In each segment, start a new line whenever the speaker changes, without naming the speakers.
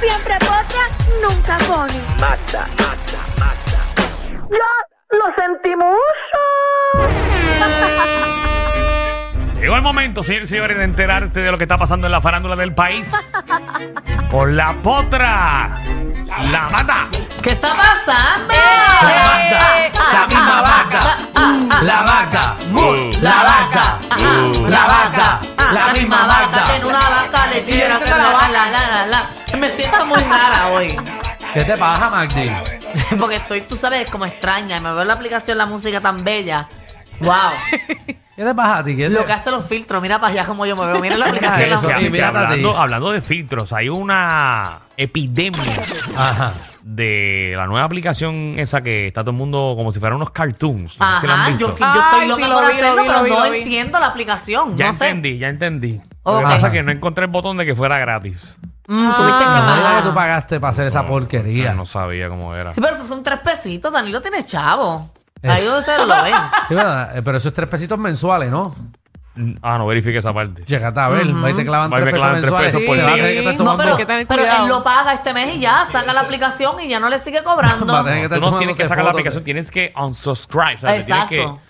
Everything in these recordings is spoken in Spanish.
Siempre potra, nunca pone.
¡Ya lo sentimos!
Llegó el momento, señores y señores, de enterarte de lo que está pasando en la farándula del país. Con la potra. La mata.
¿Qué está pasando?
vaca, la misma
ah,
vaca, la vaca, la vaca, Uh. la vaca,
ah,
la misma vaca.
En una vaca lechera.
Sí, esa es la
la, la, la, la, la. Me siento muy rara hoy.
¿Qué te pasa, Magdi?
Porque estoy, tú sabes, como extraña. Y me veo en la aplicación la música tan bella. Wow.
¿Qué te pasa a ti? ¿Qué
Lo
te-
que hace los filtros. Mira para allá como yo me veo. Mira la aplicación.
eso,
la
Fíjate,
sí, mira,
hablando,
Tati.
hablando de filtros, hay una epidemia
Ajá.
de la nueva aplicación esa que está todo el mundo como si fueran unos cartoons. No sé si la han
Ajá,
visto.
yo, yo estoy
Ay,
loca
sí, lo
por
vi, lo
hacerlo,
vi,
pero
lo vi,
no
lo vi.
entiendo la aplicación.
Ya
no sé.
entendí, ya entendí. Lo
Ok.
que pasa es que no encontré el botón de que fuera gratis.
Mm, tuviste que
No digas que tú
pagar.
pagaste para hacer esa porquería.
Ah, No sabía cómo era.
Sí, pero esos son tres pesitos. Danilo tiene chavo. Ahí
Es-
donde ustedes lo ven.
Sí, ¿verdad? Eh, Pero eso es tres pesitos mensuales, ¿no?
Ah, no verifique esa parte.
Llegate a ver, ahí te clavan
Ahí
tres pesos
me clavan
mensuales.
tres pesos por
Te vas a
día.
tener que estar
No,
No,
tomando-
pero,
que tener
pero
cuidado.
él lo paga este mes y ya saca la aplicación y ya no le sigue
Va a
cobrando.
tener que
Tú
estar
no tienes
tomándote
que sacar la
fotos.
aplicación, tienes que unsubscribe. ¿sabes? Tienes que-
Exacto.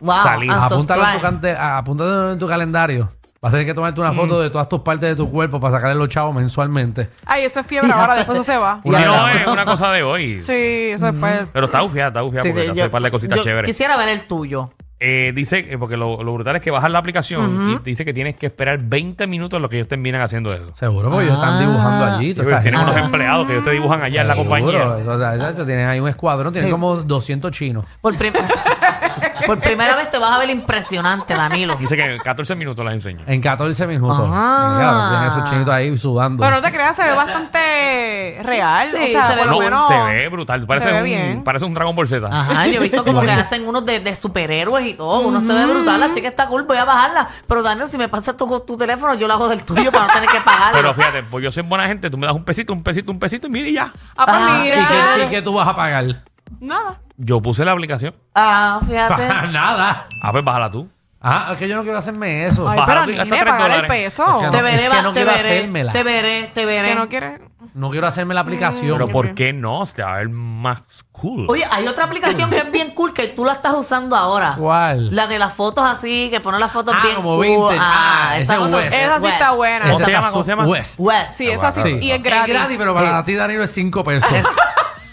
Wow,
salir.
Apúntalo en tu,
unsubscribe.
cante- a- apúntalo en tu calendario. Vas a tener que tomarte una foto de todas tus partes de tu cuerpo para sacarle los chavos mensualmente.
Ay, eso es fiebre ahora, después eso se va.
Una-
Ya
no,
está.
es una cosa de hoy.
Sí, eso después.
Pero está bufiada, está bufiada
Sí,
porque
sí,
te hace
yo-
un par de cositas
yo
chéveres.
Quisiera ver el tuyo.
Eh, dice, eh, porque lo, lo brutal es que bajas la aplicación y dice que tienes que esperar 20 minutos en lo que ellos terminan haciendo eso.
Seguro, porque ellos están dibujando allí. toda
Porque
esa
tienen
gente.
Ah.
unos empleados que ellos te dibujan allá en la
Seguro,
compañía.
eso, o sea, exacto, tienen ahí un escuadrón, tienen como 200 chinos.
Por, prim- por primera vez te vas a ver impresionante, Danilo.
Dice que en 14 minutos las enseño.
En 14 minutos.
Ajá.
Mira, tienen esos chinitos ahí sudando.
Pero no te creas, se ve bastante real.
Sí,
o sea,
se ve
por lo
No,
menos.
se ve brutal. Parece,
se ve
un,
bien.
parece un Dragon Ball Z.
Ajá, yo he visto como que hacen unos de, de superhéroes y todo. Uno
Mm.
se ve brutal, así que está cool. Voy a bajarla. Pero, Danilo, si me pasas tu, tu teléfono, yo la hago del tuyo para no tener que pagar.
Pero fíjate, pues yo soy buena gente, tú me das un pesito, un pesito, un pesito y mira y ya.
Ah, pues
Ah,
¿Y, qué, y
mira.
qué tú vas a pagar?
Nada.
Yo puse la aplicación.
Ah,
Para
fíjate.
nada.
Ah, pues bájala tú.
Ah, es que yo no quiero hacerme eso.
Ay,
Bajaron
pero
hasta
nene,
tres
pagar el
dólares.
peso.
Es
Te
No,
veré,
que
va-
no
te
quiero
veré.
hacérmela.
Te veré, te
Que no
veré.
quiere.
No quiero hacerme la aplicación.
Pero ¿por qué no? Se va a ver más cool.
Oye, hay otra aplicación que es bien cool que tú la estás usando ahora.
¿Cuál?
La de las fotos así, que pone las fotos
Ah,
bien
como
cool.
vintage. Ah, esa
foto-
West.
Esa sí
West.
está buena.
¿Cómo
Esa
se llama?
pasó.
¿Cómo se llama?
West.
West.
Sí, esa sí.
Sí.
Y es gratis.
Es gratis, pero para
Eh.
ti, Danilo, es 5 pesos.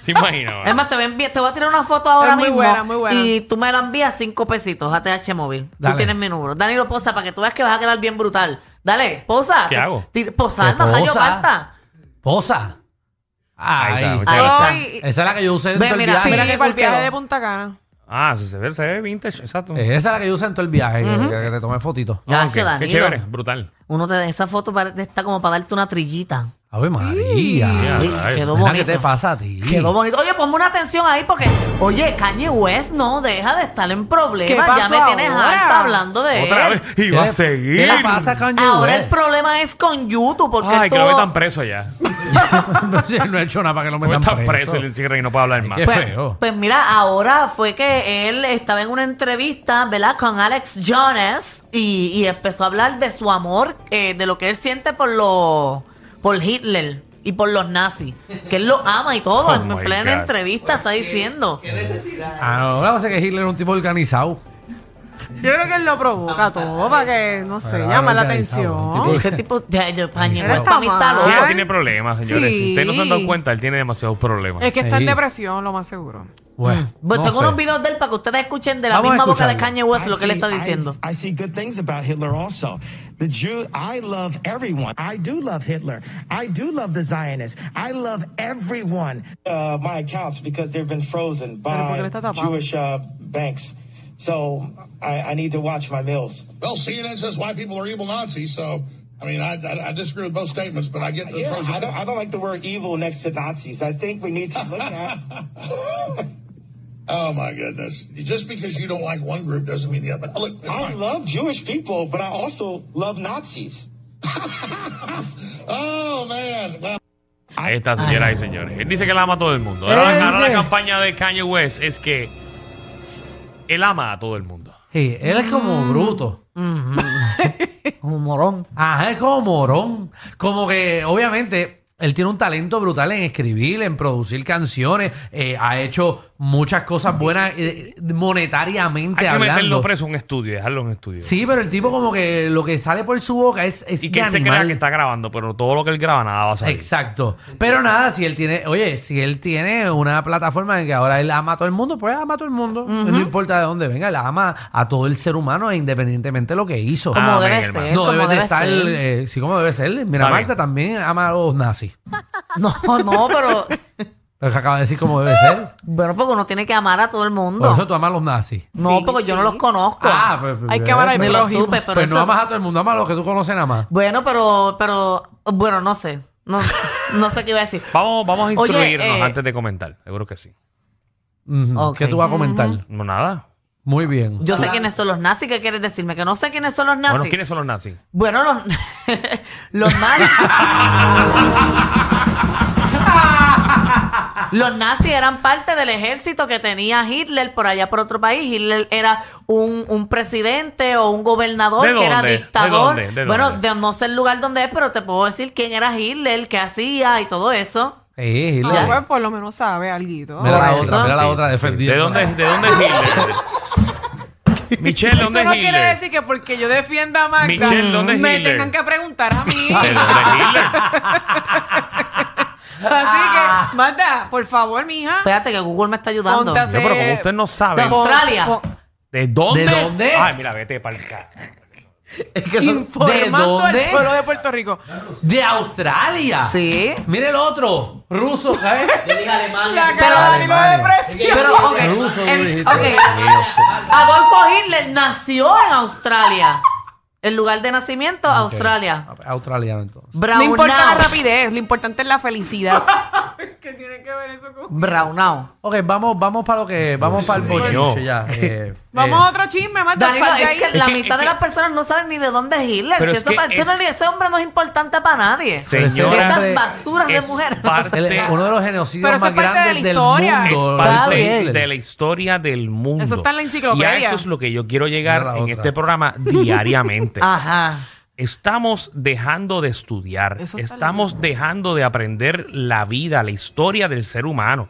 ¿Te imaginas?
Es más, te, voy a enviar- te voy a tirar una foto ahora
Es muy
mismo.
buena, muy buena.
Y tú me la envías cinco pesitos a TH Móvil. Tú
Dale.
tienes mi número. Danilo, posa para que tú veas que vas a quedar bien brutal. Dale, posa.
¿Qué
Ti-
hago?
ti- Posar,
Pues
no, yo
posa.
falta.
Posa.
Ahí está,
Ahí.
muchas
Ahí
gracias.
está.
Ay,
Esa es la que yo usé en
Ve,
todo el
mira,
Sí,
viaje.
mira qué
para
cool
el viaje
quedó.
de Punta Cana.
Ah, se ve, se ve vintage, exacto.
Esa es la que yo usé en todo el viaje. que, que te tomé fotito.
Ah,
Gracias,
ok. Qué
Danilo.
chévere, brutal.
Uno te esa foto para- está como para darte una trillita.
Ave María.
Ya,
Uy,
ay,
quedó
Nena,
bonito.
¿Qué te pasa a ti?
Quedó bonito. Oye, ponme una atención ahí porque, oye, Kanye West no deja de estar en
¿Qué
problemas. Ya
pasó
me tienes
ahora?
harta hablando de
Otra
él.
vez. Y
Eh, ¿Qué
va a
le-
seguir.
¿Qué le pasa con
Ahora el problema es con YouTube porque
Ay,
él
que lo
tuvo-
metan preso ya.
no, sé, no he hecho nada para que lo
Lo
metan
metan
preso.
Pues preso y le encierran y no puede hablar más.
Qué
Pues,
feo.
pues mira, ahora fue que él estaba en una entrevista, ¿verdad? Con Alex Jones y, y empezó a hablar de su amor, eh, de lo que él siente por los, por Hitler y por los nazis, que él lo ama y todo.
Oh
en
my
plena
God.
entrevista está diciendo.
Ah, no, la cosa es que Hitler era un tipo organizado.
Yo creo que él lo provoca todo para que, no sé,
Pero,
llama la
ahora ya
atención.
sabemos,
Ese tipo, ya, ya, Kanye
Él
West
está
para mí está
mal.
Y él
loco.
Ay.
tiene problemas, señores. Si
Sí.
ustedes no se han dado cuenta, él tiene demasiados problemas.
Es que está
Sí.
en depresión, lo más seguro.
Bueno,
Bueno,
no
Mm. Pues tengo
sé.
unos videos de él para que ustedes escuchen de la
Vamos a
misma boca de
escucharlo.
Kanye West lo que él
see-
está diciendo.
I, I see good things about Hitler also. The Jew, I love everyone. I do love Hitler. I do love the Zionists. I love everyone. Uh, my accounts because they've been frozen
porque le
by
está tapado.
Jewish uh, banks. So I, I need to watch my meals.
Well, CNN says white people are evil Nazis, so I mean, I, I, I disagree with both statements, but I get the
Yeah,
pros-
I don't, I don't like the word evil next to Nazis. I think we need to look at.
Oh my goodness! Just because you don't like one group doesn't mean the other. Look, it's
I
fine.
love Jewish people, but I also love Nazis.
oh man! Well,
Ahí está, señoras y señores. Él dice que la ama a todo el mundo.
Eh,
Ahora, ahora
dice-
la campaña de Kanye West es que él ama a todo el mundo.
Sí, él es como
Mm.
bruto.
Un morón.
Ajá, es como morón. Como que, obviamente, él tiene un talento brutal en escribir, en producir canciones. eh, ha hecho muchas cosas buenas eh, monetariamente
Hay que meterlo
hablando.
preso en un estudio, y dejarlo en un estudio.
Sí, pero el tipo como que lo que sale por su boca es, es
y
de
que él se
animal.
crea que está grabando, pero todo lo que él graba nada va a salir.
Exacto. Pero nada, si él tiene, oye, si él tiene una plataforma en que ahora él ama a todo el mundo, pues ama a todo el mundo. No importa de dónde venga, él ama a todo el ser humano e independientemente de lo que hizo.
Como
Ah,
debe
venga,
ser.
hermano.
no
como
debe de
debe
estar,
ser.
eh, sí, como debe ser. Mira,
Está
Magda también ama a los nazis.
No, no, pero.
Lo que acaba de decir cómo debe ser.
Bueno, porque uno tiene que amar a todo el mundo.
Por eso tú amas a los nazis.
No,
Sí,
porque yo no
sí.
los conozco.
pues, pues,
Hay que
eh,
amar al
Ni
pues,
lo
prójimo.
supe, pero.
pues no
eso-
amas a todo el mundo, amas a los que tú conoces nada más.
Bueno, pero. pero Bueno, no sé. No, no sé qué iba a decir.
Vamos, vamos a
Oye,
instruirnos
eh,
antes de comentar. Seguro que sí.
Ujú.
Ok.
¿Qué tú vas a comentar?
No nada.
Muy bien.
Yo sé quiénes son los nazis. ¿Qué quieres decirme? Que no sé quiénes son los nazis.
Bueno, ¿quiénes son los nazis?
Bueno, los, los nazis. los nazis eran parte del ejército que tenía Hitler por allá por otro país. Hitler era un, un presidente o un gobernador
¿De
que era
dónde? ¿De
dictador.
dónde? ¿De
bueno,
dónde?
de- no sé el lugar donde es, pero te puedo decir quién era Hitler, qué hacía y todo eso.
Eh, Hitler.
Ah, pues por lo menos sabe algo.
Mira la
Por
otra,
eso.
mira la otra
¿De
defendiendo.
dónde, ¿De dónde es Hitler? Michelle, ¿dónde
Eso
es
no
Hitler?
quiere decir que porque yo defienda a Magda
Michelle, ¿dónde es
me
Hitler?
tengan que preguntar a mí.
¿De dónde es Hitler?
Así que, Magda, por favor, mija.
Espérate que Google me está ayudando.
Ponte a hacer-
No, pero como usted no sabe,
No. Australia.
Pon-
¿de dónde?
¿De dónde?
Ay, mira, vete para acá.
pon- Informando al
¿De dónde?
pueblo de Puerto Rico.
De Australia.
Sí.
Mira el otro, ruso, ¿eh?
La cara de Danilo de
Alemania.
depresión.
Pero, ok,
Ruso,
el-
dijiste.
ok.
Dios mío, señor.
Adolfo Hitler nació en Australia. El lugar de nacimiento, Australia.
Australiano entonces.
No importa la
Brownau.
rapidez, lo importante es la felicidad. ¿Qué tiene que ver eso con...?
Brownau.
Ok, vamos, vamos para lo que, vamos para el
señor.
bochinche ya. eh,
Vamos a
eh,
otro chisme, Magda.
Danilo,
salte
es
ahí.
que la
que-
mitad
es
de
que-
las personas no saben ni de dónde es Hitler.
Pero
Si
es
eso
que
pa- eso
es-
no- ese hombre no es importante para nadie.
Señora,
Esas
de-
basuras de
es
mujeres.
parte,
él es uno de los genocidios
Pero eso
más
es parte de la
grandes del
historia.
es
mundo.
parte
Hitler.
de la historia del mundo.
Eso está en la enciclopedia.
Y a eso es lo que yo quiero llegar
Mira la
en
otra.
este programa diariamente.
Ajá.
Estamos dejando de estudiar,
Eso está
estamos dejando de aprender la vida, la historia del ser humano.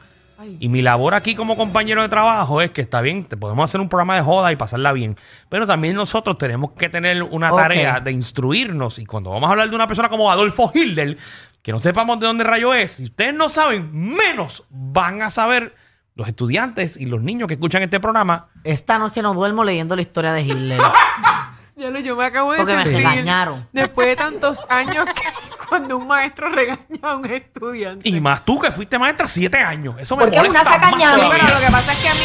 Y mi labor aquí como compañero de trabajo es que está bien, te podemos hacer un programa de joda y pasarla bien, pero también nosotros tenemos que tener una
Ok.
tarea de instruirnos y cuando vamos a hablar de una persona como Adolfo Hitler, que no sepamos de dónde rayo es, si ustedes no saben, menos van a saber los estudiantes y los niños que escuchan este programa.
Esta noche no duermo leyendo la historia de Hitler.
Ya lo- yo me acabo de
Porque me
sentir
regañaron.
Después de tantos años que cuando un maestro regaña a un estudiante.
Y más tú que fuiste maestra siete años. Eso me
Pues
Porque es una
molesta más
sacañada.
Sí,
todavía.
pero lo que pasa es que a mí.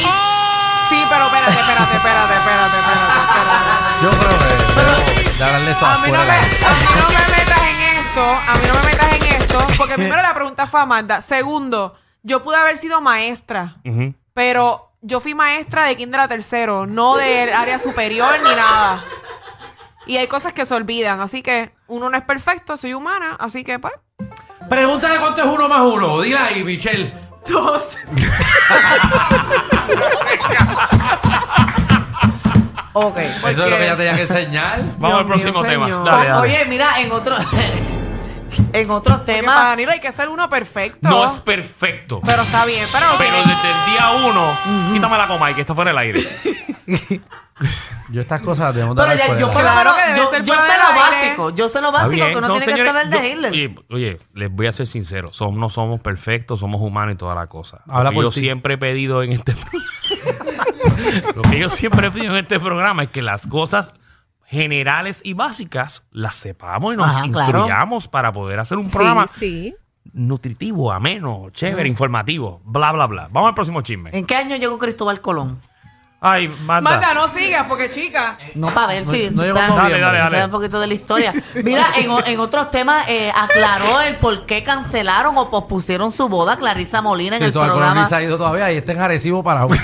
Sí, pero espérate, espérate, espérate, espérate, espérate. espérate.
Yo creo que debemos de hablarle esto
A mí, no
afuera.
me, a mí no me metas en esto, a mí no me metas en esto, porque primero la pregunta fue Amanda. Segundo, yo pude haber sido maestra,
Ujú.
pero yo fui maestra de kinder a tercero, no del área superior ni nada. Y hay cosas que se olvidan, así que uno no es perfecto, soy humana, así que pues.
Pregúntale cuánto es uno más uno. Dile ahí, Michelle.
Dos.
Ok.
Eso es lo que ella tenía que enseñar.
Vamos al
Dios
próximo
mío,
tema.
señor.
Dale, dale.
Oye, mira, en otro, en otros
Porque para
temas.
Danilo hay que ser uno perfecto.
No es perfecto.
Pero está bien, pero.
Pero desde el día uno, quítame la coma y que está fuera del aire.
Yo estas cosas las debemos de
Pero
hablar
ya, yo
fuera.
por lo
Claro
menos-
que debe
yo-
ser
yo
fuera
sé
del
lo
aire.
básico. Yo sé lo
Está
básico
bien.
que uno
No,
tiene que
señores,
saber de
yo-
Hitler.
Oye, oye, les voy a ser sincero. Som- no somos perfectos, somos humanos y toda la cosa.
Habla
lo que
por
yo
ti.
siempre he pedido en este Lo que yo siempre pido en este programa es que las cosas generales y básicas las sepamos y nos
Ajá, claro.
instruyamos para poder hacer un programa nutritivo, ameno, chévere, informativo, bla, bla, bla. Vamos al próximo chisme.
¿En qué año llegó Cristóbal Colón?
Ay, manda.
Manda, no sigas, porque chica.
No, para ver si,
No, no llegamos
si está-
noviembre. Dale, dale,
si sabe
dale.
un poquito de la historia. Mira, en, o- en otros temas eh, aclaró el por qué cancelaron o pospusieron su boda Clarisa Molina en
Que
el
todavía no
programa.
ha ido todavía y está en Arecibo para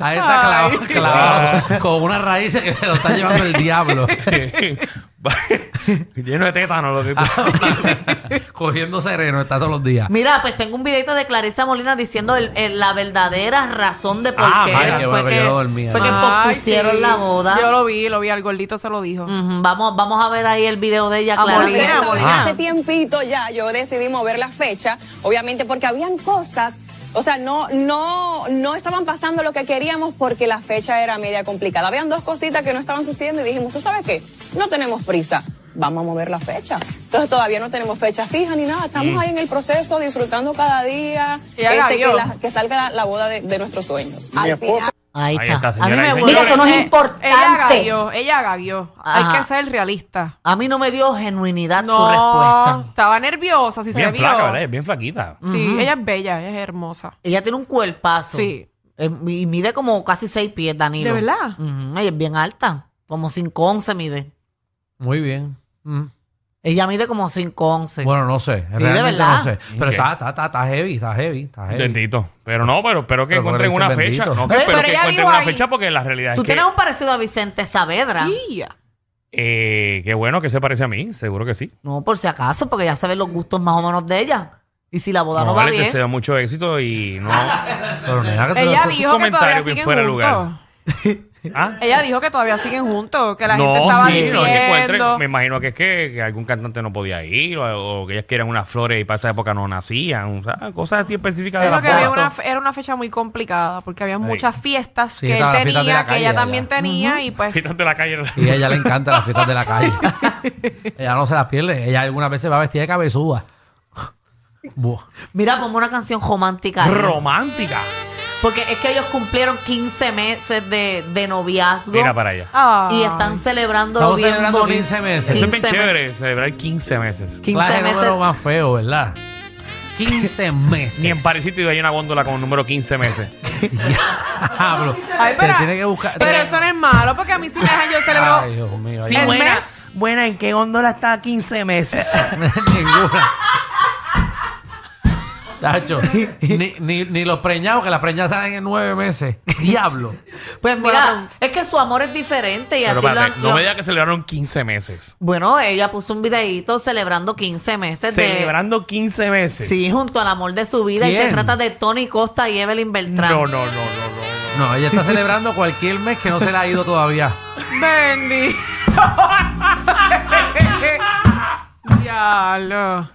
Ahí está clavado, clavado, con unas raíces que se lo está llevando el diablo.
Lleno de tétano lo que tú-
Ah, Cogiendo sereno, está todos los días.
Mira, pues tengo un videito de Clarisa Molina diciendo el- el- la verdadera razón de por
Ah,
qué
vaya,
qué bueno
fue
que
que,
yo no dormía.
fue que
Ay,
pospusieron
sí.
la boda. Mm.
Yo lo vi, lo vi, al gordito se lo dijo.
Ujú, vamos, vamos a ver ahí el video de ella,
A
Clarisa.
Molina, a Molina.
Ah,
Hace tiempito ya yo decidí mover la fecha, obviamente porque habían cosas, o sea, no, no, no estaban pasando lo que queríamos porque la fecha era media complicada. Habían dos cositas que no estaban sucediendo y dijimos, ¿tú sabes qué? No tenemos prisa. Vamos a mover la fecha. Entonces todavía no tenemos fecha fija ni nada. Ah,
Mm.
Estamos ahí en el proceso, disfrutando cada día, Este
Ya la
Este,
que,
vio.
la- que salga la, la boda de, de nuestros sueños. Al final-
Ahí
Ahí está,
está. a mí
señora
me
y
huele-
señores.
Mira, eso no es
Eh, Ella
importante.
gagueó, ella gagueó.
Ajá.
Hay que ser realista.
A mí no me dio genuinidad su
No,
respuesta.
estaba nerviosa, si se
Bien
vio.
flaca, ¿verdad? Bien flaquita.
Sí, ella es bella, ella es hermosa.
Ella tiene un cuerpazo.
Sí.
Eh, Y mide como casi seis pies, Danilo.
¿De verdad?
Ujú, Ella es bien alta. Como 5'11 mide.
Muy bien. Mm.
Ella mide como 5'11.
Bueno, no sé.
de
Realmente
verdad.
no sé. Pero
Ok.
está, está, está, está heavy, está heavy, está heavy.
Bendito. Pero no, pero espero que
Pero
encuentren
porque
una
dicen
fecha.
bendito.
No, que
Eh,
espero
pero
que
ella
encuentren
dijo
una
ahí.
fecha porque la realidad
Tú
es que,
tienes un parecido a Vicente Saavedra.
Ella.
eh, qué bueno que se parece a mí, seguro que sí.
No, por si acaso, porque ya sabes los gustos más o menos de ella. Y si la boda no,
No,
va
vale,
bien.
deseo mucho éxito y no. ¿ah?
Pero nena, que tú-
Ella
tú-
dijo que todavía
comentario bien
siguen
fuera de
juntos.
lugar. ¿Ah?
Ella dijo que todavía siguen juntos, que la
no,
gente estaba
sí, no, que encuentren-
diciendo.
me imagino que es que, que algún cantante no podía ir o, o que ellas querían unas flores y para esa época no nacían. O sea, cosas así específicas de
Eso
la
que había
boda.
una, era una fecha muy complicada porque había muchas fiestas
Sí,
que él
estaba la fiesta de
tenía,
la
que
calle
ella
allá.
también tenía y pues
Fíjate la calle.
Y a ella le encanta las fiestas de la calle. ella no se las pierde. Ella algunas veces va vestida de cabezuda. Buah.
Mira, ponme una canción romántica. ahí.
Romántica.
Porque es que ellos cumplieron 15 meses de, de noviazgo.
Mira para allá.
ah,
Y están celebrando
Estamos
bien
celebrando
bonito.
15 meses.
Eso es bien
15 meses.
chévere, celebrar 15 meses.
15
Clase de
meses.
número más feo, ¿verdad? 15 meses.
Ni en Parisito iba a ir a una góndola con el número 15 meses.
Diablo.
Ay, pero,
Te tiene que buscar.
pero eso no es malo porque a mí sí me dejan yo celebro
Ay, Dios mío.
Sí,
ay,
bueno. buena- mes?
buena, ¿en qué góndola está 15 meses?
Ninguna. Tacho, ni, ni, ni los preñados, que las preñadas salen en nueve meses. Diablo.
Pues mira, es que su amor es diferente y
Pero
así lo
espérate,
han-
no
lo-
me digas que celebraron 15 meses.
Bueno, ella puso un videíto celebrando 15 meses Este de...
Celebrando 15 meses.
Sí, junto al amor de su vida. Y se
¿Quién?
trata de Tony Costa y Evelyn Beltrán.
No, no, no, no, no.
No, ella está celebrando cualquier mes que no se le ha ido todavía.
Bendy. Diablo.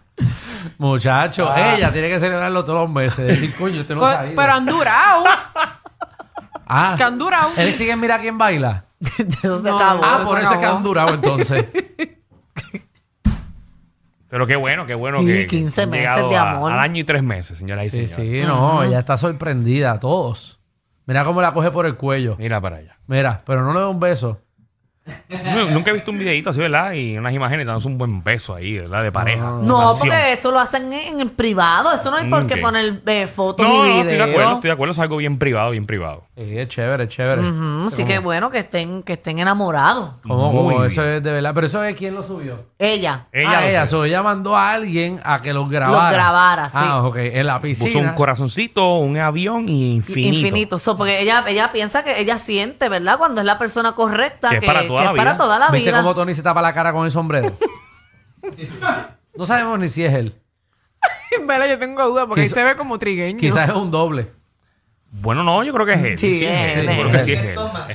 Muchacho,
Ah.
ella tiene que celebrarlo todos los meses. Decir, coño, usted no
Co-
se ha ido.
Pero han durado.
Ah,
Que han durado.
él sigue en Mira quién baila.
Eso se
No.
acabó.
Ah,
se
por eso es que
acabó.
han durado entonces.
Pero qué bueno, qué bueno
Sí,
que.
15
han
meses
llegado
de
a-
amor.
al año y tres meses, señora y
Sí,
señor.
sí, no, ella está sorprendida, todos. Mira cómo la coge por el cuello.
Mira para allá.
Mira, pero no le da un beso.
No, nunca he visto un videito así, ¿verdad? Y unas imágenes dándose un buen beso ahí, ¿verdad? De pareja.
Ah. No,
Canción.
porque eso lo hacen en, en privado. Eso no hay por qué
Mm, ok.
poner eh, fotos
No,
y
no,
videos.
estoy de acuerdo, estoy de acuerdo. Es algo bien privado, bien privado.
Sí, es chévere, es chévere.
Ujú, así que bueno que estén, que estén enamorados.
Como,
Muy
como eso
bien.
es de verdad. Pero eso es quién lo subió.
Ella.
Ella,
Ah,
lo
ella,
sé.
so, ella mandó a alguien a que los grabara.
Los grabara, sí.
Ah, ok, en la piscina.
puso un corazoncito, un avión y infinito.
Infinito. So, porque ella, ella piensa que ella siente, ¿verdad? Cuando es la persona correcta,
Que
que,
es para toda
que
la
es para
vida.
toda la
¿Viste
vida.
cómo Tony se tapa la cara con el sombrero? no sabemos ni si es él.
Vela, yo tengo duda porque
Quiso-
ahí se ve como trigueño.
Quizás es un doble.
Bueno, no, yo creo que es él.
Sí, es él,
Yo
es
creo que
él.
sí es él, es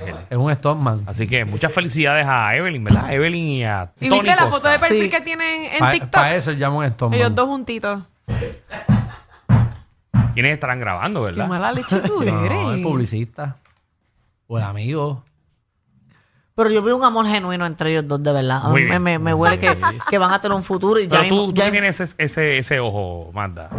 él.
Es un Stoneman.
Así que muchas felicidades a Evelyn, ¿verdad? Evelyn y a
¿Y
Tony
viste la foto
Costa.
de perfil
Sí.
que tienen en
Para
TikTok?
eso llama un Stoneman.
Ellos dos juntitos.
¿Quiénes estarán grabando,
Qué
verdad?
mala leche tú
No,
eres.
el publicista. O el amigo.
Pero yo veo un amor genuino entre ellos dos, de verdad. A mí
Muy
me,
bien.
me- me huele que, que van a tener un futuro y ya
Pero tú,
mismo-
tú
ya-
sí tienes ese, ese, ese ojo, Manda.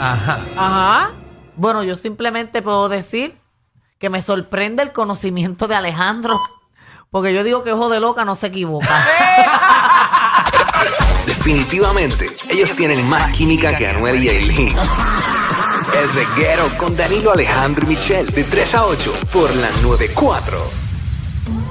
Ajá.
Ajá.
Bueno, yo simplemente puedo decir que me sorprende el conocimiento de Alejandro. Porque yo digo que ojo de loca no se equivoca.
Definitivamente, ellos tienen más química que Anuel y Aileen. El reguero con Danilo Alejandro y Michel de 3 a 8 por la 94. 4